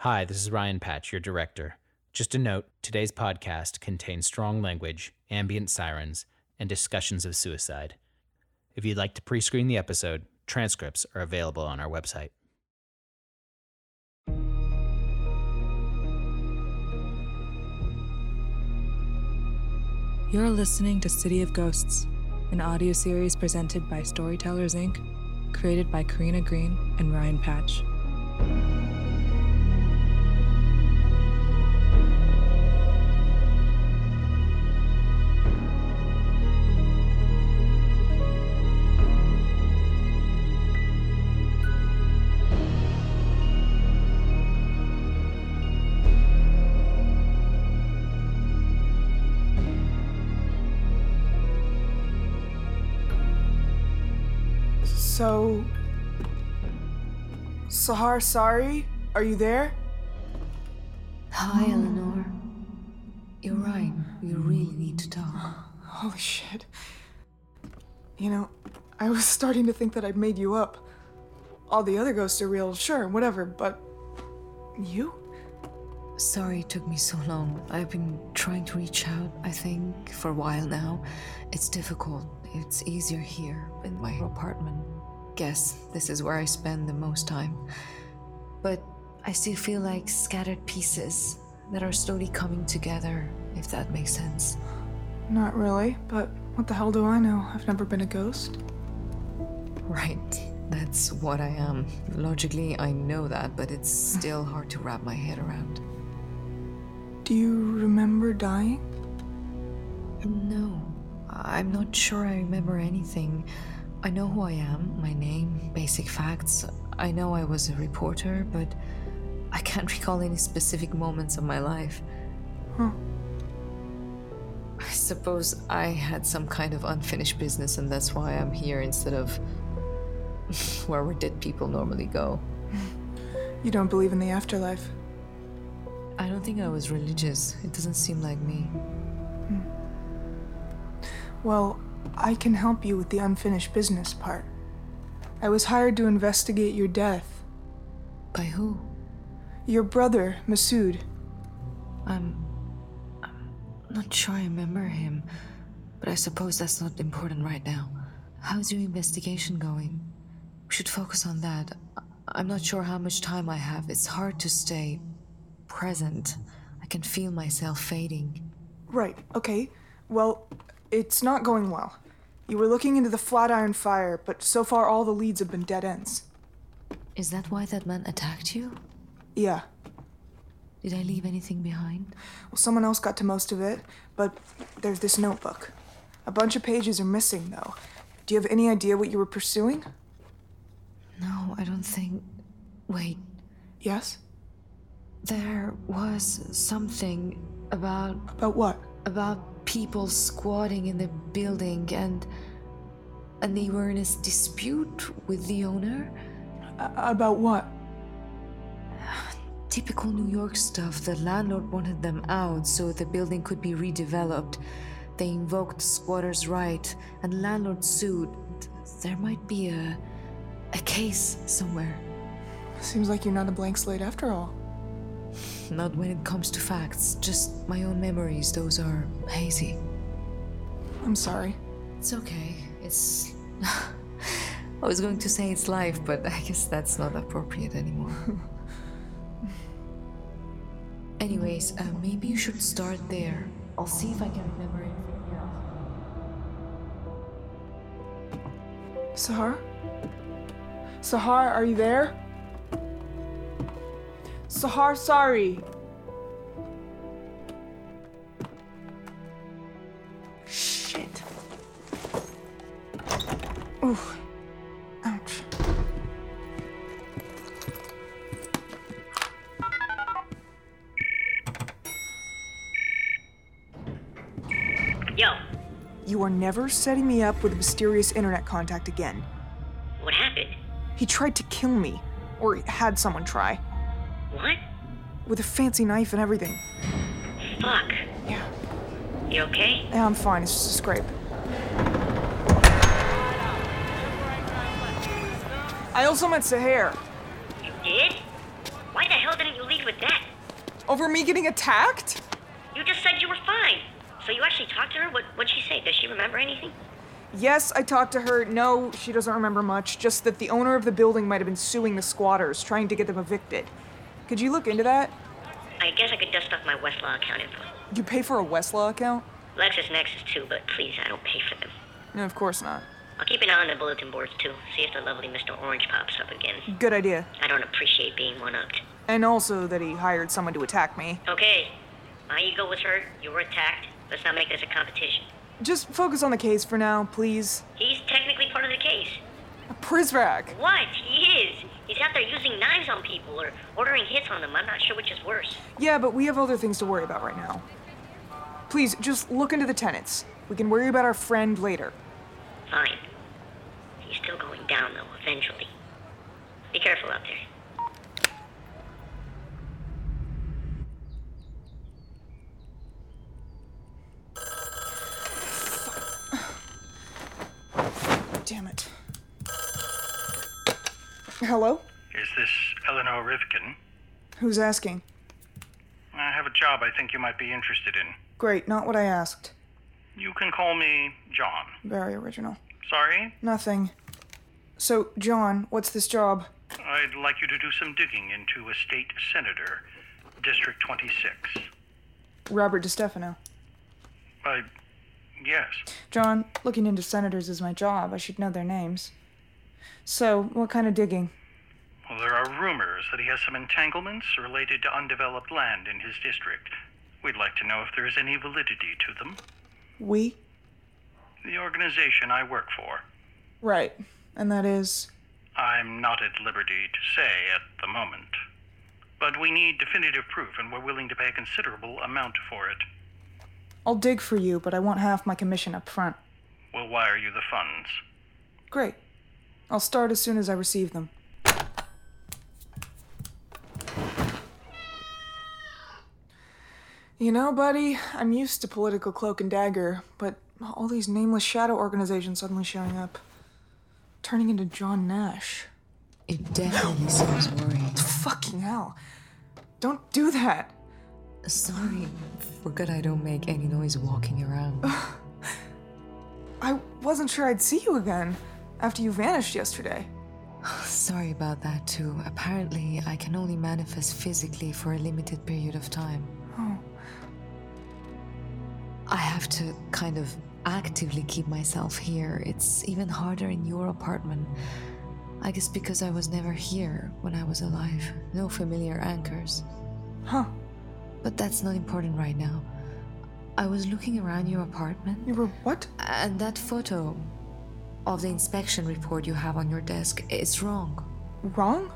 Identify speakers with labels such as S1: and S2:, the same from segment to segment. S1: Hi, this is Ryan Patch, your director. Just a note today's podcast contains strong language, ambient sirens, and discussions of suicide. If you'd like to pre screen the episode, transcripts are available on our website.
S2: You're listening to City of Ghosts, an audio series presented by Storytellers Inc., created by Karina Green and Ryan Patch.
S3: So. Sahar, sorry? Are you there?
S4: Hi, Eleanor. You're right. We really need to talk.
S3: Holy shit. You know, I was starting to think that I'd made you up. All the other ghosts are real, sure, whatever, but. You?
S4: Sorry it took me so long. I've been trying to reach out, I think, for a while now. It's difficult. It's easier here in my apartment. Guess this is where I spend the most time. But I still feel like scattered pieces that are slowly coming together, if that makes sense.
S3: Not really, but what the hell do I know? I've never been a ghost.
S4: Right. That's what I am. Logically, I know that, but it's still hard to wrap my head around.
S3: Do you remember dying?
S4: No, I'm not sure I remember anything. I know who I am, my name, basic facts. I know I was a reporter, but I can't recall any specific moments of my life.
S3: Huh.
S4: I suppose I had some kind of unfinished business, and that's why I'm here instead of where we dead people normally go.
S3: You don't believe in the afterlife.
S4: I don't think I was religious. It doesn't seem like me.
S3: Well, I can help you with the unfinished business part. I was hired to investigate your death.
S4: By who?
S3: Your brother, Masood.
S4: I'm. I'm not sure I remember him, but I suppose that's not important right now. How's your investigation going? We should focus on that. I- I'm not sure how much time I have. It's hard to stay present. I can feel myself fading.
S3: Right, okay. Well, it's not going well. You were looking into the Flatiron Fire, but so far all the leads have been dead ends.
S4: Is that why that man attacked you?
S3: Yeah.
S4: Did I leave anything behind?
S3: Well, someone else got to most of it, but there's this notebook. A bunch of pages are missing, though. Do you have any idea what you were pursuing?
S4: No, I don't think. Wait,
S3: Yes?
S4: there was something about
S3: About what?
S4: about people squatting in the building and and they were in a s- dispute with the owner.
S3: A- about what?
S4: Typical New York stuff. The landlord wanted them out so the building could be redeveloped. They invoked squatters' right, and landlord sued. There might be a a case somewhere.
S3: Seems like you're not a blank slate after all.
S4: Not when it comes to facts, just my own memories. Those are hazy.
S3: I'm sorry.
S4: It's okay. It's. I was going to say it's life, but I guess that's not appropriate anymore. Anyways, uh, maybe you should start there. I'll see if I can remember it.
S3: Sahar? Sahar, are you there? Sahar, sorry. Shit. Ooh. Ouch.
S5: Yo,
S3: You are never setting me up with a mysterious internet contact again.
S5: what happened?
S3: He tried to kill me, or had someone try,
S5: What?
S3: with a fancy knife and everything.
S5: Fuck.
S3: Yeah.
S5: You okay?
S3: Yeah, I'm fine. It's just a scrape. I also meant Sahar.
S5: You did? Why the hell didn't you leave with that?
S3: Over me getting attacked?
S5: You just said you were fine. So you actually talked to her? What, what'd she say? Does she remember anything?
S3: Yes, I talked to her. No, she doesn't remember much. Just that the owner of the building might have been suing the squatters, trying to get them evicted. Could you look into that?
S5: I guess I could dust off my Westlaw account info.
S3: You pay for a Westlaw account?
S5: LexisNexis too, but please, I don't pay for them.
S3: No, of course not.
S5: I'll keep an eye on the bulletin boards too. See if the lovely Mr. Orange pops up again.
S3: Good idea.
S5: I don't appreciate being one-upped.
S3: And also that he hired someone to attack me.
S5: Okay, my ego was hurt. You were attacked. Let's not make this a competition.
S3: Just focus on the case for now, please.
S5: He's technically part of the case.
S3: Prizrak!
S5: What? He is. He's out there using knives on people or ordering hits on them. I'm not sure which is worse.
S3: Yeah, but we have other things to worry about right now. Please, just look into the tenants. We can worry about our friend later.
S5: Fine. He's still going down, though, eventually. Be careful out there.
S3: Damn it. Hello?
S6: Is this Eleanor Rivkin?
S3: Who's asking?
S6: I have a job I think you might be interested in.
S3: Great, not what I asked.
S6: You can call me John.
S3: Very original.
S6: Sorry?
S3: Nothing. So, John, what's this job?
S6: I'd like you to do some digging into a state senator, District 26.
S3: Robert DiStefano.
S6: I. Yes.
S3: John, looking into senators is my job. I should know their names. So, what kind of digging?
S6: Well, there are rumors that he has some entanglements related to undeveloped land in his district. We'd like to know if there is any validity to them.
S3: We?
S6: The organization I work for.
S3: Right. And that is.
S6: I'm not at liberty to say at the moment. But we need definitive proof, and we're willing to pay a considerable amount for it.
S3: I'll dig for you, but I want half my commission up front.
S6: We'll wire you the funds.
S3: Great. I'll start as soon as I receive them. You know, buddy, I'm used to political cloak and dagger, but all these nameless shadow organizations suddenly showing up. Turning into John Nash.
S4: It definitely seems worried.
S3: Fucking hell. Don't do that.
S4: Sorry. Forgot I don't make any noise walking around.
S3: I wasn't sure I'd see you again after you vanished yesterday.
S4: Sorry about that, too. Apparently, I can only manifest physically for a limited period of time.
S3: Oh,
S4: I have to kind of actively keep myself here. It's even harder in your apartment. I guess because I was never here when I was alive. No familiar anchors.
S3: huh.
S4: But that's not important right now. I was looking around your apartment,
S3: You were what?
S4: and that photo of the inspection report you have on your desk is wrong.
S3: Wrong?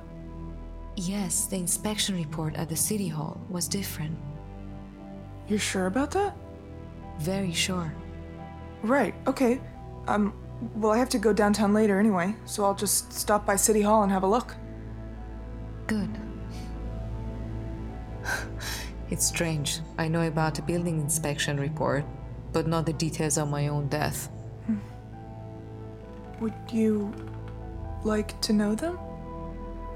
S4: Yes, the inspection report at the city hall was different.
S3: You're sure about that?
S4: Very sure.
S3: Right, okay. Um, well, I have to go downtown later anyway, so I'll just stop by City Hall and have a look.
S4: Good. It's strange. I know about a building inspection report, but not the details of my own death.
S3: Would you like to know them?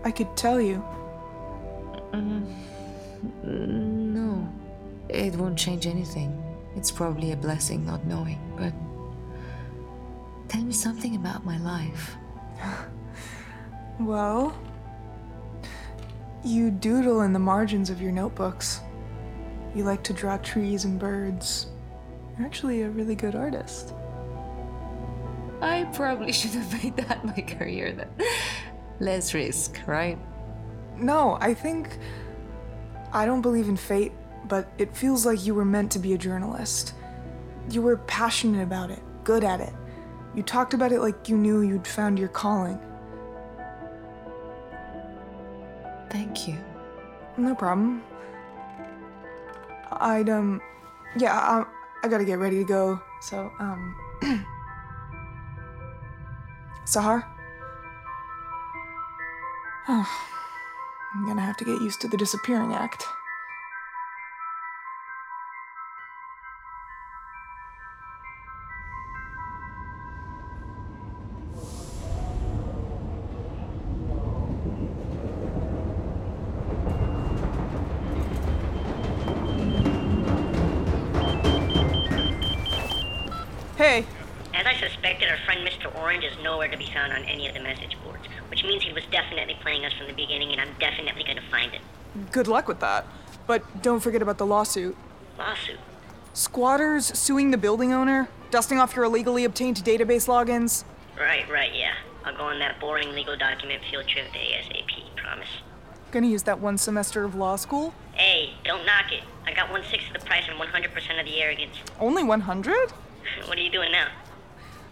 S3: I could tell you.
S4: Mm-hmm. No, it won't change anything. It's probably a blessing not knowing, but. Tell me something about my life.
S3: Well, you doodle in the margins of your notebooks. You like to draw trees and birds. You're actually a really good artist.
S4: I probably should have made that my career then. Less risk, right?
S3: No, I think. I don't believe in fate, but it feels like you were meant to be a journalist. You were passionate about it, good at it. You talked about it like you knew you'd found your calling.
S4: Thank you.
S3: No problem. I'd, um. Yeah, I, I gotta get ready to go, so, um. Sahar? I'm gonna have to get used to the disappearing act. Hey,
S5: As I suspected, our friend Mr. Orange is nowhere to be found on any of the message boards, which means he was definitely playing us from the beginning, and I'm definitely gonna find it.
S3: good luck with that. But don't forget about the lawsuit.
S5: Lawsuit.
S3: Squatters suing the building owner, dusting off your illegally obtained database logins.
S5: Right, right, yeah. I'll go on that boring legal document field trip to ASAP, promise.
S3: Gonna use that one semester of law school?
S5: Hey, don't knock it. I got one sixth of the price and 100% of the arrogance.
S3: Only 100?
S5: what are you doing now?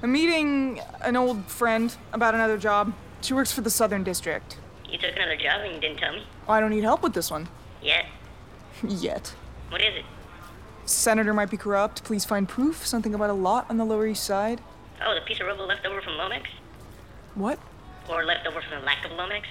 S3: I'm meeting an old friend about another job. She works for the Southern District. Oh,
S5: You took another job and you didn't tell me?
S3: I don't need help with this one.
S5: Yet?
S3: Yet.
S5: What is it?
S3: Senator might be corrupt. Please find proof. Something about a lot on the Lower East Side.
S5: Oh, the piece of rubble left over from Lomax?
S3: What?
S5: Or left over from the lack of Lomax?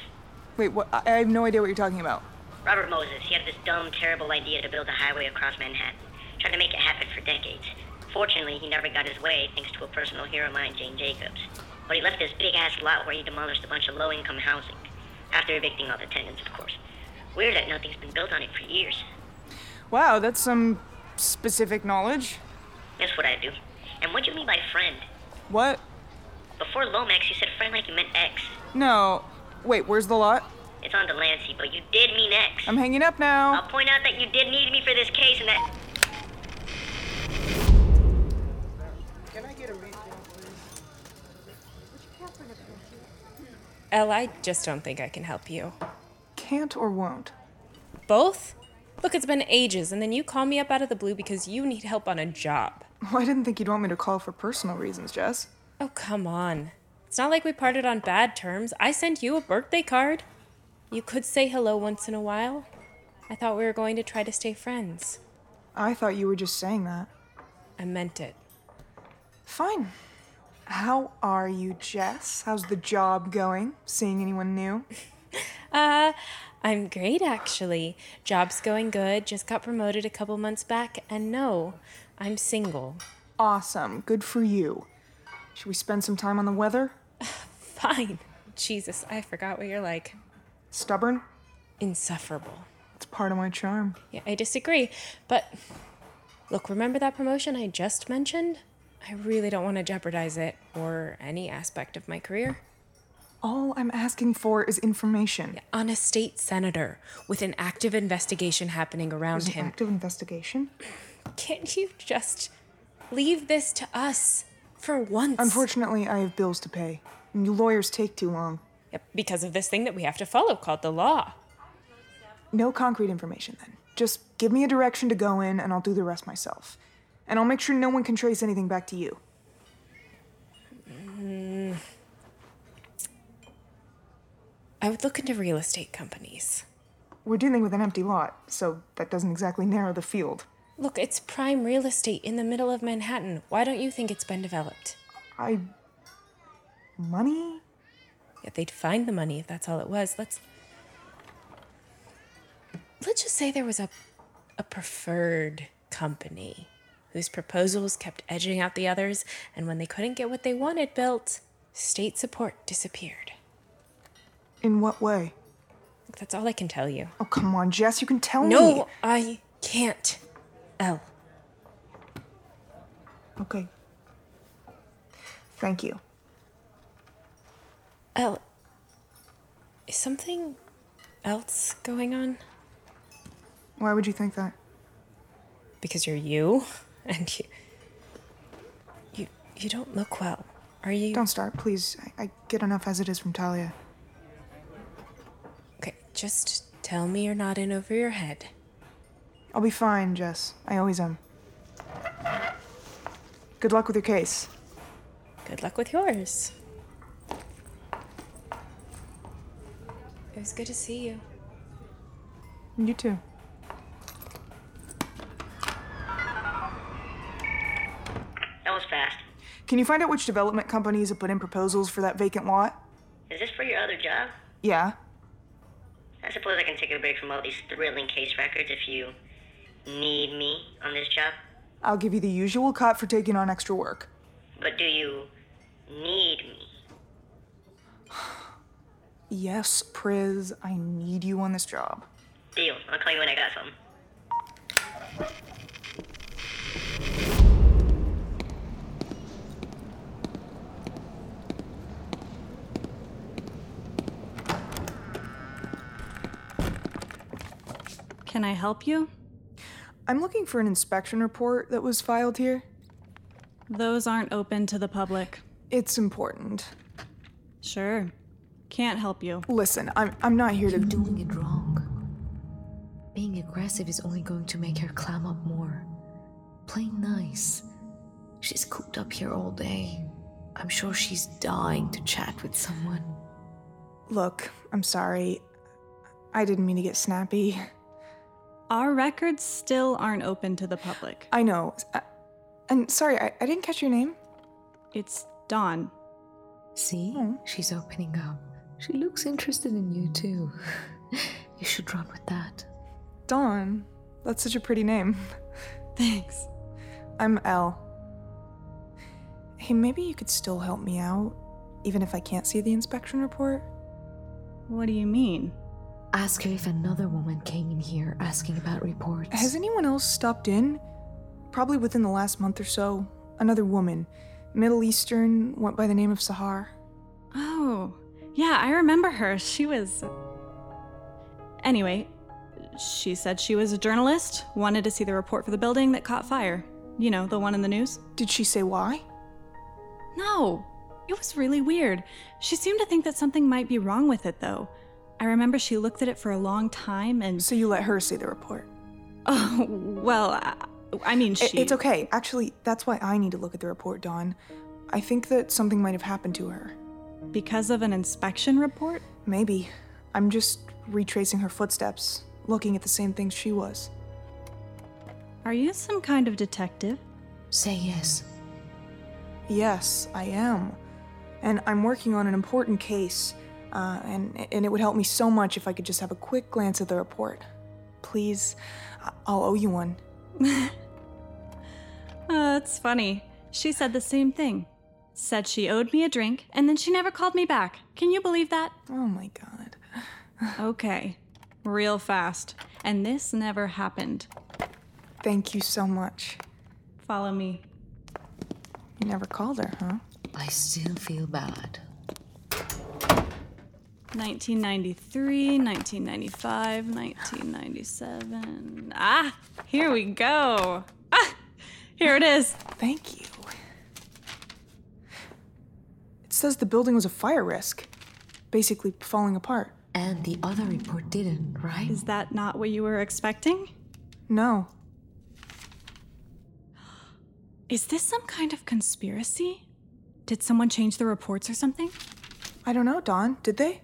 S3: Wait, what? I I have no idea what you're talking about.
S5: Robert Moses, he had this dumb, terrible idea to build a highway across Manhattan. Tried to make it happen for decades. Fortunately, he never got his way thanks to a personal hero of mine, Jane Jacobs. But he left this big ass lot where he demolished a bunch of low income housing. After evicting all the tenants, of course. Weird that nothing's been built on it for years.
S3: Wow, that's some specific knowledge.
S5: That's what I do. And what do you mean by friend?
S3: What?
S5: Before Lomax, you said friend like you meant ex.
S3: No. Wait, where's the lot?
S5: It's on Delancey, but you did mean ex.
S3: I'm hanging up now.
S5: I'll point out that you did need me for this case and that.
S7: Elle, I just don't think I can help you.
S3: Can't or won't?
S7: Both? Look, it's been ages, and then you call me up out of the blue because you need help on a job.
S3: Well, I didn't think you'd want me to call for personal reasons, Jess.
S7: Oh, come on. It's not like we parted on bad terms. I sent you a birthday card. You could say hello once in a while. I thought we were going to try to stay friends.
S3: I thought you were just saying that.
S7: I meant it.
S3: Fine. How are you, Jess? How's the job going? Seeing anyone new?
S7: Uh, I'm great actually. Job's going good. Just got promoted a couple months back, and no, I'm single.
S3: Awesome. Good for you. Should we spend some time on the weather?
S7: Fine. Jesus, I forgot what you're like.
S3: Stubborn?
S7: Insufferable.
S3: It's part of my charm.
S7: Yeah, I disagree. But look, remember that promotion I just mentioned? I really don't want to jeopardize it or any aspect of my career.
S3: All I'm asking for is information.
S7: On a state senator with an active investigation happening around
S3: There's an
S7: him.
S3: active investigation.
S7: Can't you just leave this to us for once?
S3: Unfortunately, I have bills to pay. And you lawyers take too long.
S7: Yep, because of this thing that we have to follow called the law.
S3: No concrete information then. Just give me a direction to go in and I'll do the rest myself. And I'll make sure no one can trace anything back to you.
S7: Mm. I would look into real estate companies.
S3: We're dealing with an empty lot, so that doesn't exactly narrow the field.
S7: Look, it's prime real estate in the middle of Manhattan. Why don't you think it's been developed?
S3: I. Money?
S7: Yet they'd find the money if that's all it was. Let's let's just say there was a a preferred company whose proposals kept edging out the others, and when they couldn't get what they wanted built, state support disappeared.
S3: In what way?
S7: Look, That's all I can tell you.
S3: Oh, come on, Jess, you can tell me.
S7: No, I can't. L.
S3: Okay. Thank you.
S7: L. Oh, Is something else going on?
S3: Why would you think that?
S7: Because you're you, and you. You, you don't look well. Are you.
S3: Don't start, please. I, I get enough as it is from Talia.
S7: Okay, just tell me you're not in over your head.
S3: I'll be fine, Jess. I always am. Good luck with your case.
S7: Good luck with yours. It was good to see you.
S3: You too.
S5: That was fast.
S3: Can you find out which development companies have put in proposals for that vacant lot?
S5: Is this for your other job?
S3: Yeah.
S5: I suppose I can take a break from all these thrilling case records if you need me on this job.
S3: I'll give you the usual cut for taking on extra work.
S5: But do you need me?
S3: Yes, Priz, I need you on this job.
S5: Deal. I'll call you when I got something.
S8: Can I help you?
S3: I'm looking for an inspection report that was filed here.
S8: Those aren't open to the public.
S3: It's important.
S8: Sure. Can't help you.
S3: Listen, I'm, I'm not here
S4: You're
S3: to.
S4: doing it wrong. Being aggressive is only going to make her clam up more. Play nice. She's cooped up here all day. I'm sure she's dying to chat with someone.
S3: Look, I'm sorry. I didn't mean to get snappy.
S8: Our records still aren't open to the public.
S3: I know. I, and sorry, I, I didn't catch your name.
S8: It's Dawn.
S4: See?
S3: Hmm.
S4: She's opening up. She looks interested in you too. you should run with that.
S3: Dawn. That's such a pretty name.
S8: Thanks.
S3: I'm Elle. Hey, maybe you could still help me out, even if I can't see the inspection report?
S8: What do you mean?
S4: Ask her if another woman came in here asking about reports.
S3: Has anyone else stopped in? Probably within the last month or so. Another woman. Middle Eastern, went by the name of Sahar.
S8: Oh, yeah, I remember her. She was. Anyway, she said she was a journalist, wanted to see the report for the building that caught fire. You know, the one in the news?
S3: Did she say why?
S8: No, it was really weird. She seemed to think that something might be wrong with it, though. I remember she looked at it for a long time and.
S3: So you let her see the report.
S8: Oh, well, I, I mean,
S3: I-
S8: she.
S3: It's okay. Actually, that's why I need to look at the report, Dawn. I think that something might have happened to her.
S8: Because of an inspection report?
S3: Maybe. I'm just retracing her footsteps, looking at the same things she was.
S8: Are you some kind of detective?
S4: Say yes.
S3: Yes, I am. And I'm working on an important case, uh, and, and it would help me so much if I could just have a quick glance at the report. Please, I- I'll owe you one.
S8: Uh, it's funny. She said the same thing. Said she owed me a drink, and then she never called me back. Can you believe that?
S3: Oh my god.
S8: Okay. Real fast. And this never happened.
S3: Thank you so much.
S8: Follow me.
S3: You never called her, huh?
S4: I still feel bad.
S8: 1993, 1995, 1997. Ah, here we go. Ah, here it is.
S3: Thank you. It says the building was a fire risk, basically falling apart.
S4: And the other report didn't, right?
S8: Is that not what you were expecting?
S3: No,
S8: Is this some kind of conspiracy? Did someone change the reports or something?
S3: I don't know, Dawn. Did they?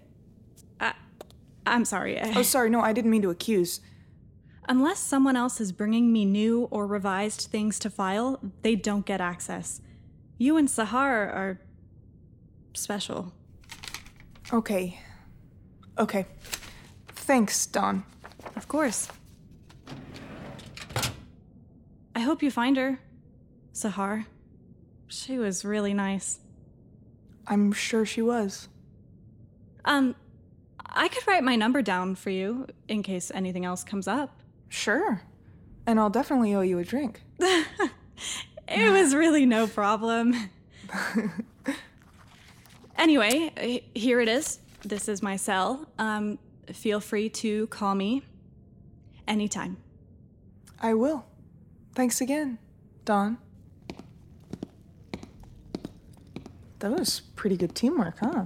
S8: I'm sorry.
S3: Oh, sorry. No, I didn't mean to accuse.
S8: Unless someone else is bringing me new or revised things to file, they don't get access. You and Sahar are special.
S3: Okay. Okay. Thanks, Dawn.
S8: Of course. I hope you find her. Sahar. She was really nice.
S3: I'm sure she was.
S8: Um, I could write my number down for you in case anything else comes up.
S3: Sure. And I'll definitely owe you a drink.
S8: It was really no problem. anyway, h- here it is. This is my cell. Um, feel free to call me anytime.
S3: I will. Thanks again, Don. That was pretty good teamwork, huh?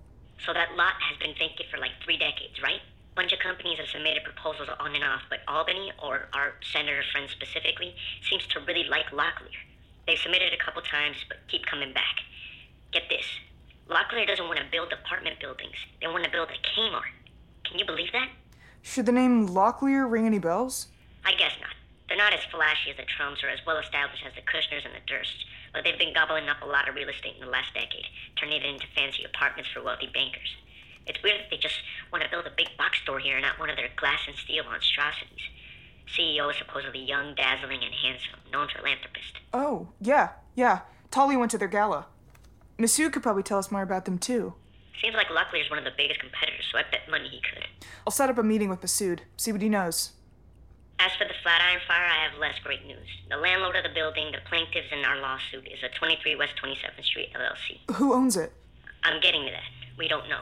S5: So that lot has been vacant for like three decades, right? Bunch of companies have submitted proposals on and off, but Albany, or our senator friend specifically, seems to really like Locklear. They've submitted a couple times, but keep coming back. Get this Locklear doesn't want to build apartment buildings, they want to build a Kmart. Can you believe that?
S3: Should the name Locklear ring any bells?
S5: I guess not. They're not as flashy as the Trumps or as well established as the Kushners and the Dursts, but they've been gobbling up a lot of real estate in the last decade, turning it into fancy apartments for wealthy bankers. It's weird that they just want to build a big box store here and not one of their glass and steel monstrosities. CEO is supposedly young, dazzling, and handsome, known philanthropist.
S3: Oh, yeah, yeah. Tolly went to their gala. Masu could probably tell us more about them, too.
S5: Seems like Locklear's one of the biggest competitors, so I bet money he could.
S3: I'll set up a meeting with Masood, see what he knows.
S5: As for the Flatiron Fire, I have less great news. The landlord of the building, the plaintiffs in our lawsuit, is a 23 West 27th Street LLC.
S3: Who owns it?
S5: I'm getting to that. We don't know.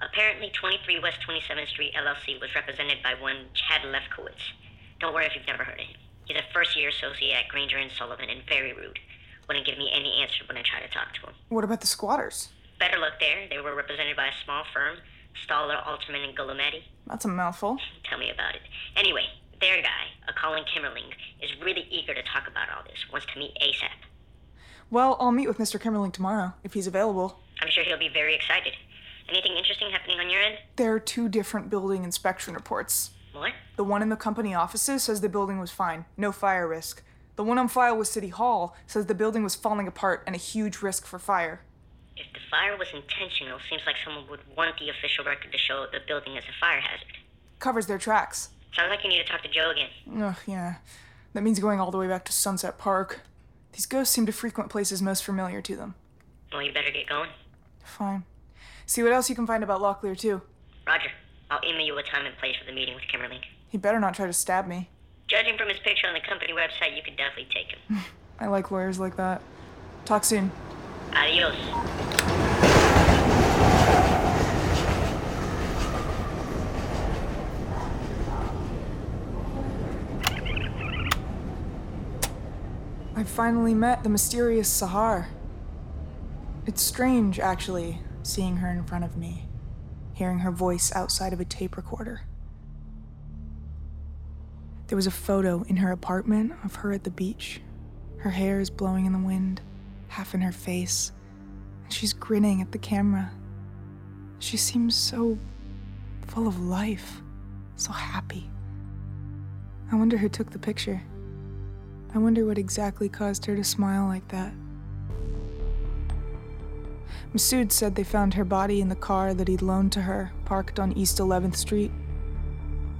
S5: Apparently, 23 West 27th Street LLC was represented by one Chad Lefkowitz. Don't worry if you've never heard of him. He's a first year associate at Granger and Sullivan and very rude. Wouldn't give me any answer when I try to talk to him.
S3: What about the squatters?
S5: Better luck there. They were represented by a small firm, Stoller, Alterman, and Golometti.
S3: That's a mouthful.
S5: Tell me about it. Anyway, their guy, a Colin Kimmerling, is really eager to talk about all this, wants to meet ASAP.
S3: Well, I'll meet with Mr. Kimmerling tomorrow, if he's available.
S5: I'm sure he'll be very excited. Anything interesting happening on your end?
S3: There are two different building inspection reports.
S5: What?
S3: The one in the company offices says the building was fine, no fire risk. The one on file with City Hall says the building was falling apart and a huge risk for fire.
S5: If the fire was intentional, seems like someone would want the official record to show the building as a fire hazard.
S3: Covers their tracks.
S5: Sounds like you need to talk to Joe again.
S3: Ugh, yeah. That means going all the way back to Sunset Park. These ghosts seem to frequent places most familiar to them.
S5: Well, you better get going.
S3: Fine. See what else you can find about Locklear, too.
S5: Roger, I'll email you a time and place for the meeting with Kimberling.
S3: He better not try to stab me.
S5: Judging from his picture on the company website, you could definitely take him.
S3: I like lawyers like that. Talk soon.
S5: Adios.
S3: I finally met the mysterious Sahar. It's strange, actually, seeing her in front of me, hearing her voice outside of a tape recorder. There was a photo in her apartment of her at the beach. Her hair is blowing in the wind, half in her face, and she's grinning at the camera. She seems so full of life, so happy. I wonder who took the picture. I wonder what exactly caused her to smile like that. Masood said they found her body in the car that he'd loaned to her, parked on East 11th Street.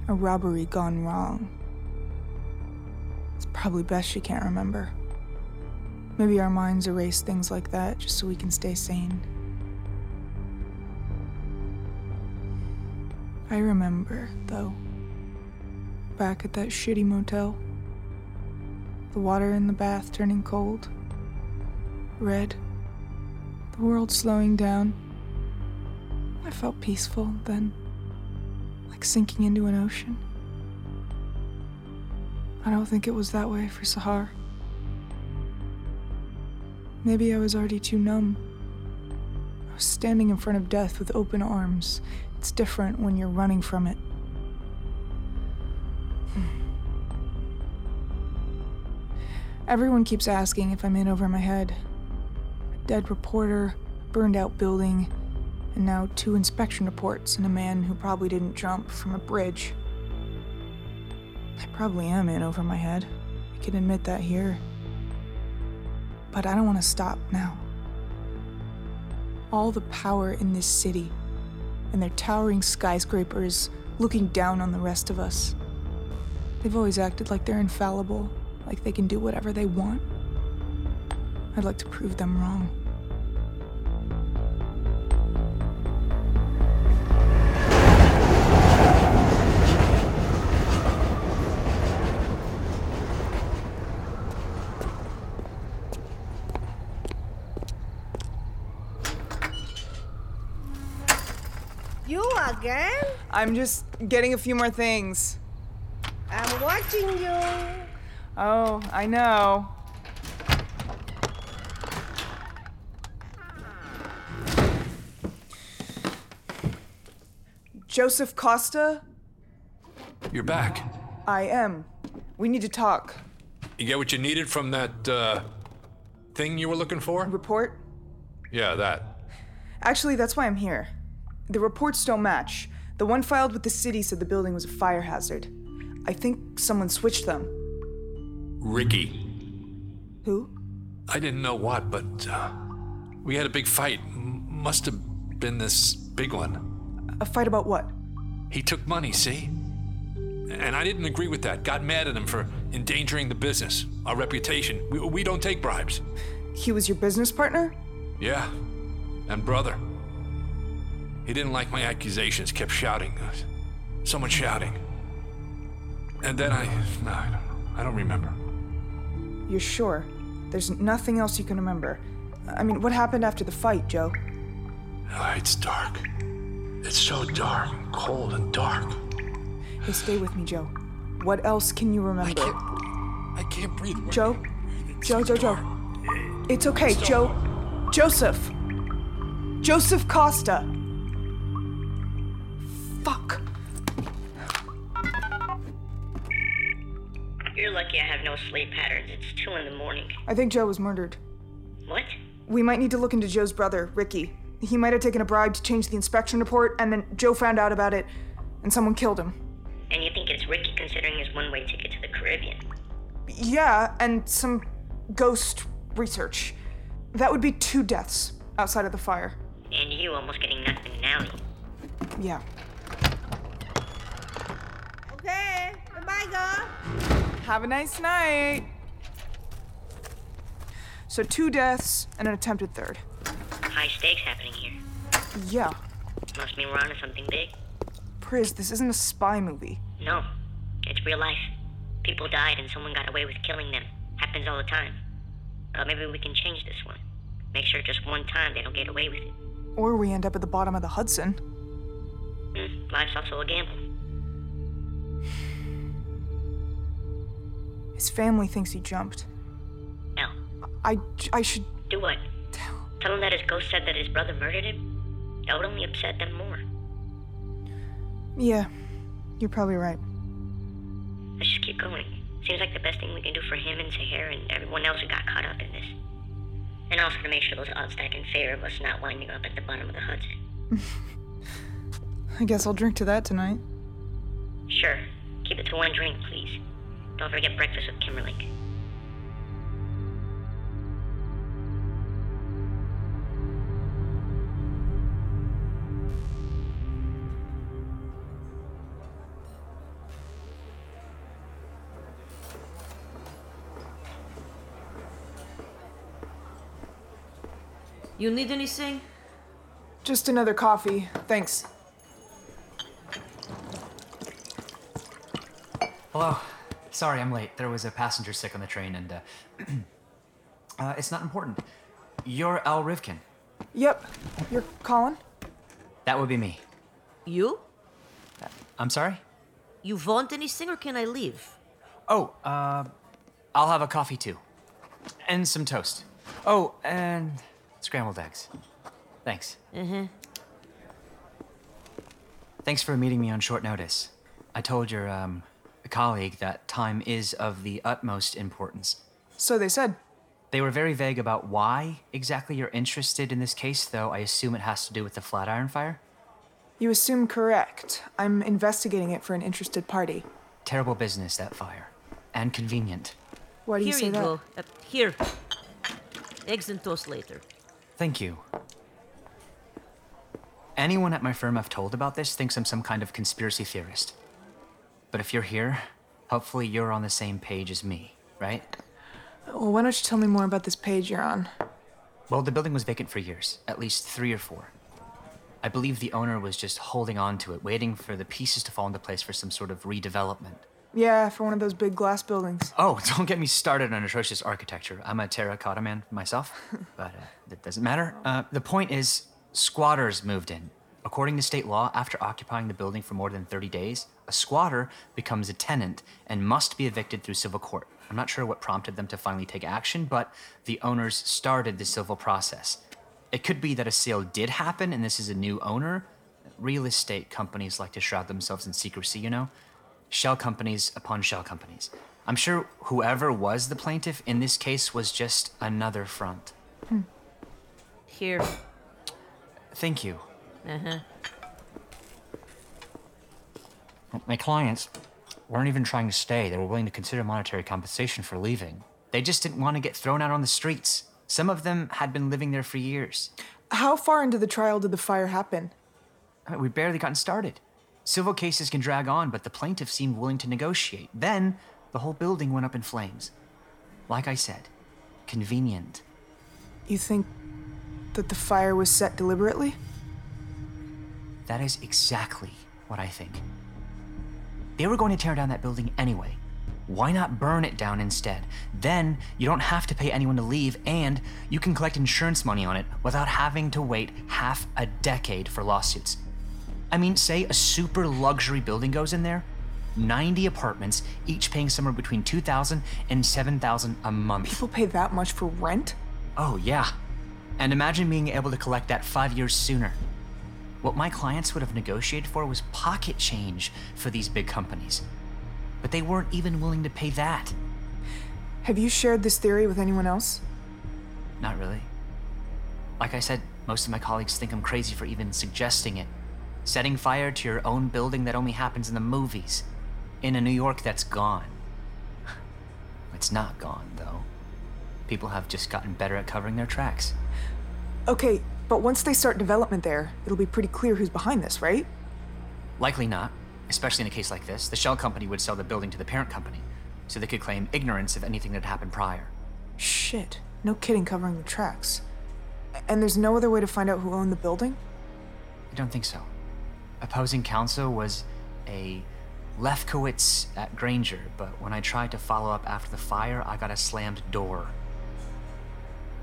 S3: A robbery gone wrong. It's probably best she can't remember. Maybe our minds erase things like that just so we can stay sane. I remember, though, back at that shitty motel, the water in the bath turning cold, red, the world slowing down. I felt peaceful then, like sinking into an ocean. I don't think it was that way for Sahar. Maybe I was already too numb. I was standing in front of death with open arms. It's different when you're running from it. Everyone keeps asking if I'm in over my head. A dead reporter, burned out building, and now two inspection reports and a man who probably didn't jump from a bridge. I probably am in over my head. I can admit that here. But I don't want to stop now. All the power in this city and their towering skyscrapers looking down on the rest of us. They've always acted like they're infallible, like they can do whatever they want. I'd like to prove them wrong.
S9: You again?
S3: I'm just getting a few more things.
S9: I'm watching you.
S3: Oh, I know. Joseph Costa,
S10: You're back.
S3: I am. We need to talk.
S10: You get what you needed from that, uh, thing you were looking for?
S3: Report?
S10: Yeah, that.
S3: Actually, that's why I'm here. The reports don't match. The one filed with the city said the building was a fire hazard. I think someone switched them.
S10: Ricky.
S3: Who?
S10: I didn't know what, but, uh, we had a big fight. M- must have been this big one.
S3: A fight about what?
S10: He took money, see? And I didn't agree with that. Got mad at him for endangering the business, our reputation. We, we don't take bribes.
S3: He was your business partner?
S10: Yeah, and brother. He didn't like my accusations, kept shouting. Someone shouting. And then I. No, I don't know. I don't remember.
S3: You're sure? There's nothing else you can remember. I mean, what happened after the fight, Joe?
S10: Ah, it's dark. It's so dark, and cold and dark.
S3: Hey, stay with me, Joe. What else can you remember? I can't,
S10: I can't breathe.
S3: Joe? Joe, Joe, Joe. It's okay, Joe. Joseph. Joseph Costa. Fuck.
S5: You're lucky I have no sleep patterns. It's 2 in the morning.
S3: I think Joe was murdered.
S5: What?
S3: We might need to look into Joe's brother, Ricky. He might have taken a bribe to change the inspection report, and then Joe found out about it, and someone killed him.
S5: And you think it's Ricky considering his one way ticket to the Caribbean?
S3: Yeah, and some ghost research. That would be two deaths outside of the fire.
S5: And you almost getting nothing in an alley.
S3: Yeah.
S9: Okay. Bye, girl.
S3: Have a nice night. So, two deaths and an attempted third.
S5: High stakes happening here.
S3: Yeah.
S5: Must mean we're onto something big.
S3: Priz, this isn't a spy movie.
S5: No, it's real life. People died and someone got away with killing them. Happens all the time. But maybe we can change this one. Make sure just one time they don't get away with it.
S3: Or we end up at the bottom of the Hudson.
S5: Hmm, life's also a gamble.
S3: His family thinks he jumped.
S5: No.
S3: I, I should.
S5: Do what? Tell him that his ghost said that his brother murdered him? That would only upset them more.
S3: Yeah, you're probably right.
S5: Let's just keep going. Seems like the best thing we can do for him and Sahar and everyone else who got caught up in this. And also to make sure those odds stack in favor of us not winding up at the bottom of the Hudson.
S3: I guess I'll drink to that tonight.
S5: Sure. Keep it to one drink, please. Don't forget breakfast with Kimberlink.
S3: You need anything? Just another coffee. Thanks.
S11: Hello. Sorry I'm late. There was a passenger sick on the train, and uh, uh, it's not important. You're Al Rivkin.
S3: Yep. You're Colin?
S11: That would be me.
S12: You?
S11: I'm sorry?
S12: You want anything or can I leave?
S11: Oh, uh, I'll have a coffee too. And some toast. Oh, and scrambled eggs. Thanks.
S12: Mm-hmm.
S11: Thanks for meeting me on short notice. I told your um, colleague that time is of the utmost importance.
S3: So they said.
S11: They were very vague about why exactly you're interested in this case, though I assume it has to do with the Flatiron Fire.
S3: You assume correct. I'm investigating it for an interested party.
S11: Terrible business, that fire. And convenient.
S3: Why do
S12: here
S3: you say that?
S12: go. Uh, here. Eggs and toast later.
S11: Thank you. Anyone at my firm I've told about this thinks I'm some kind of conspiracy theorist. But if you're here, hopefully you're on the same page as me, right?
S3: Well, why don't you tell me more about this page you're on?
S11: Well, the building was vacant for years, at least three or four. I believe the owner was just holding on to it, waiting for the pieces to fall into place for some sort of redevelopment.
S3: Yeah, for one of those big glass buildings.
S11: Oh, don't get me started on atrocious architecture. I'm a terracotta man myself, but uh, that doesn't matter. Uh, the point is, squatters moved in. According to state law, after occupying the building for more than 30 days, a squatter becomes a tenant and must be evicted through civil court. I'm not sure what prompted them to finally take action, but the owners started the civil process. It could be that a sale did happen and this is a new owner. Real estate companies like to shroud themselves in secrecy, you know? Shell companies upon shell companies. I'm sure whoever was the plaintiff in this case was just another front.
S12: Here.
S11: Thank you.
S12: Uh-huh.
S11: My clients weren't even trying to stay. They were willing to consider monetary compensation for leaving. They just didn't want to get thrown out on the streets. Some of them had been living there for years.
S3: How far into the trial did the fire happen?
S11: I mean, we'd Uh, barely gotten started. Civil cases can drag on, but the plaintiff seemed willing to negotiate. Then, the whole building went up in flames. Like I said, convenient.
S3: You think that the fire was set deliberately?
S11: That is exactly what I think. They were going to tear down that building anyway. Why not burn it down instead? Then you don't have to pay anyone to leave, and you can collect insurance money on it without having to wait half a decade for lawsuits. I mean, say a super luxury building goes in there, 90 apartments, each paying somewhere between 2,000 and 7,000 a month.
S3: People pay that much for rent?
S11: Oh, yeah. And imagine being able to collect that five years sooner. What my clients would have negotiated for was pocket change for these big companies. But they weren't even willing to pay that.
S3: Have you shared this theory with anyone else?
S11: Not really. Like I said, most of my colleagues think I'm crazy for even suggesting it. Setting fire to your own building that only happens in the movies. In a New York that's gone. It's not gone, though. People have just gotten better at covering their tracks.
S3: Okay, but once they start development there, it'll be pretty clear who's behind this, right?
S11: Likely not, especially in a case like this. The shell company would sell the building to the parent company, so they could claim ignorance of anything that happened prior.
S3: Shit. No kidding covering the tracks. And there's no other way to find out who owned the building?
S11: I don't think so. Opposing counsel was a Lefkowitz at Granger, but when I tried to follow up after the fire, I got a slammed door.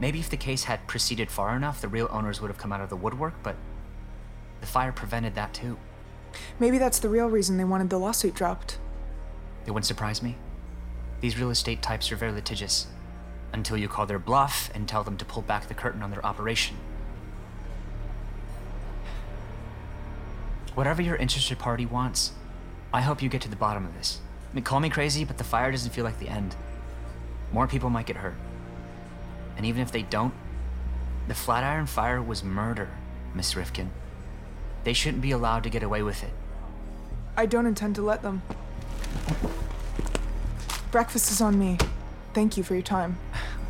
S11: Maybe if the case had proceeded far enough, the real owners would have come out of the woodwork, but the fire prevented that too.
S3: Maybe that's the real reason they wanted the lawsuit dropped.
S11: It wouldn't surprise me. These real estate types are very litigious until you call their bluff and tell them to pull back the curtain on their operation. Whatever your interested party wants, I hope you get to the bottom of this. I mean, call me crazy, but the fire doesn't feel like the end. More people might get hurt. And even if they don't, the Flatiron Fire was murder, Miss Rifkin. They shouldn't be allowed to get away with it.
S3: I don't intend to let them. Breakfast is on me. Thank you for your time.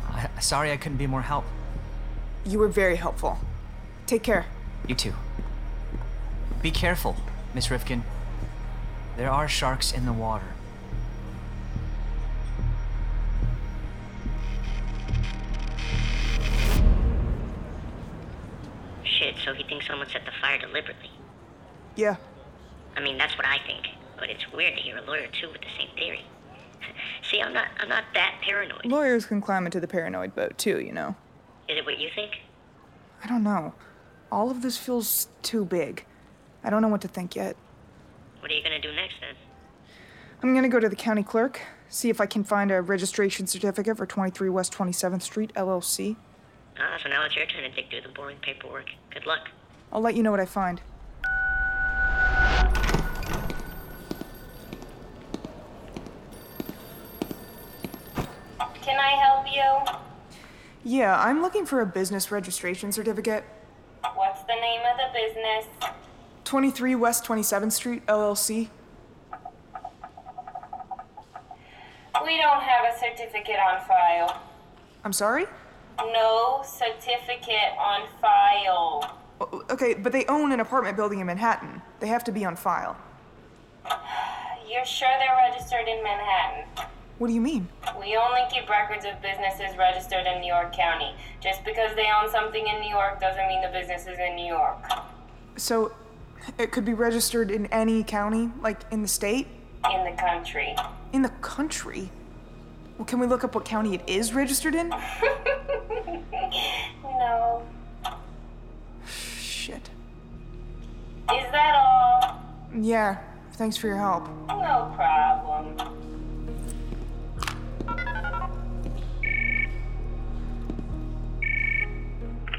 S11: I, sorry I couldn't be more help.
S3: You were very helpful. Take care.
S11: You too. Be careful, Miss Rifkin. There are sharks in the water.
S5: so he thinks someone set the fire deliberately.
S3: Yeah,
S5: I mean, that's what I think. But it's weird to hear a lawyer too with the same theory. See, I'm not, I'm not that paranoid.
S3: lawyers can climb into the paranoid boat too, you know.
S5: Is it what you think?
S3: I don't know. All of this feels too big. I don't know what to think yet.
S5: What are you gonna do next then?
S3: I'm gonna go to the county clerk, see if I can find a registration certificate for 23 West 27th Street, LLC.
S5: Ah, so now it's your turn to dig through the boring paperwork. Good luck.
S3: I'll let you know what I find.
S13: Can I help you?
S3: Yeah, I'm looking for a business registration certificate.
S13: What's the name of the business?
S3: 23 West 27th Street, LLC.
S13: We don't have a certificate on file.
S3: I'm sorry?
S13: No certificate on file.
S3: O- Okay, but they own an apartment building in Manhattan. They have to be on file.
S13: You're sure they're registered in Manhattan?
S3: What do you mean?
S13: We only keep records of businesses registered in New York County. Just because they own something in New York doesn't mean the business is in New York.
S3: So, it could be registered in any county, like in the state?
S13: In the country.
S3: In the country? Well, can we look up what county it is registered in?
S13: No.
S3: Shit.
S13: Is that all?
S3: Yeah, thanks for your help.
S13: No problem.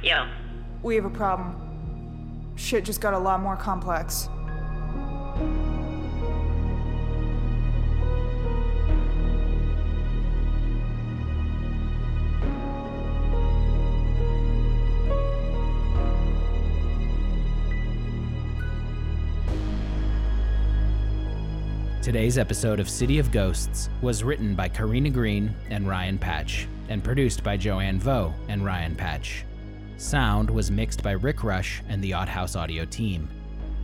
S5: Yo,
S3: We have a problem. Shit just got a lot more complex.
S1: Today's episode of City of Ghosts was written by Karina Green and Ryan Patch, and produced by Joanne Vo and Ryan Patch. Sound was mixed by Rick Rush and the Odd House Audio team.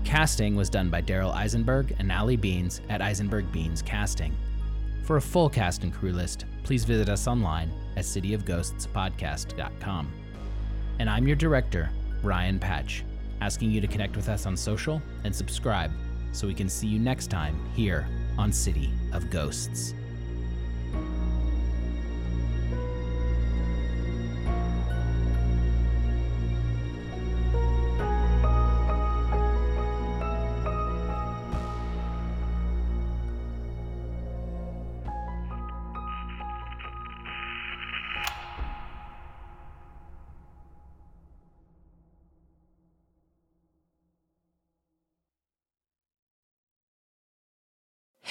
S1: Casting was done by Daryl Eisenberg and Ali Beans at Eisenberg Beans Casting. For a full cast and crew list, please visit us online at cityofghostspodcast.com. And I'm your director, Ryan Patch, asking you to connect with us on social and subscribe so we can see you next time here on City of Ghosts.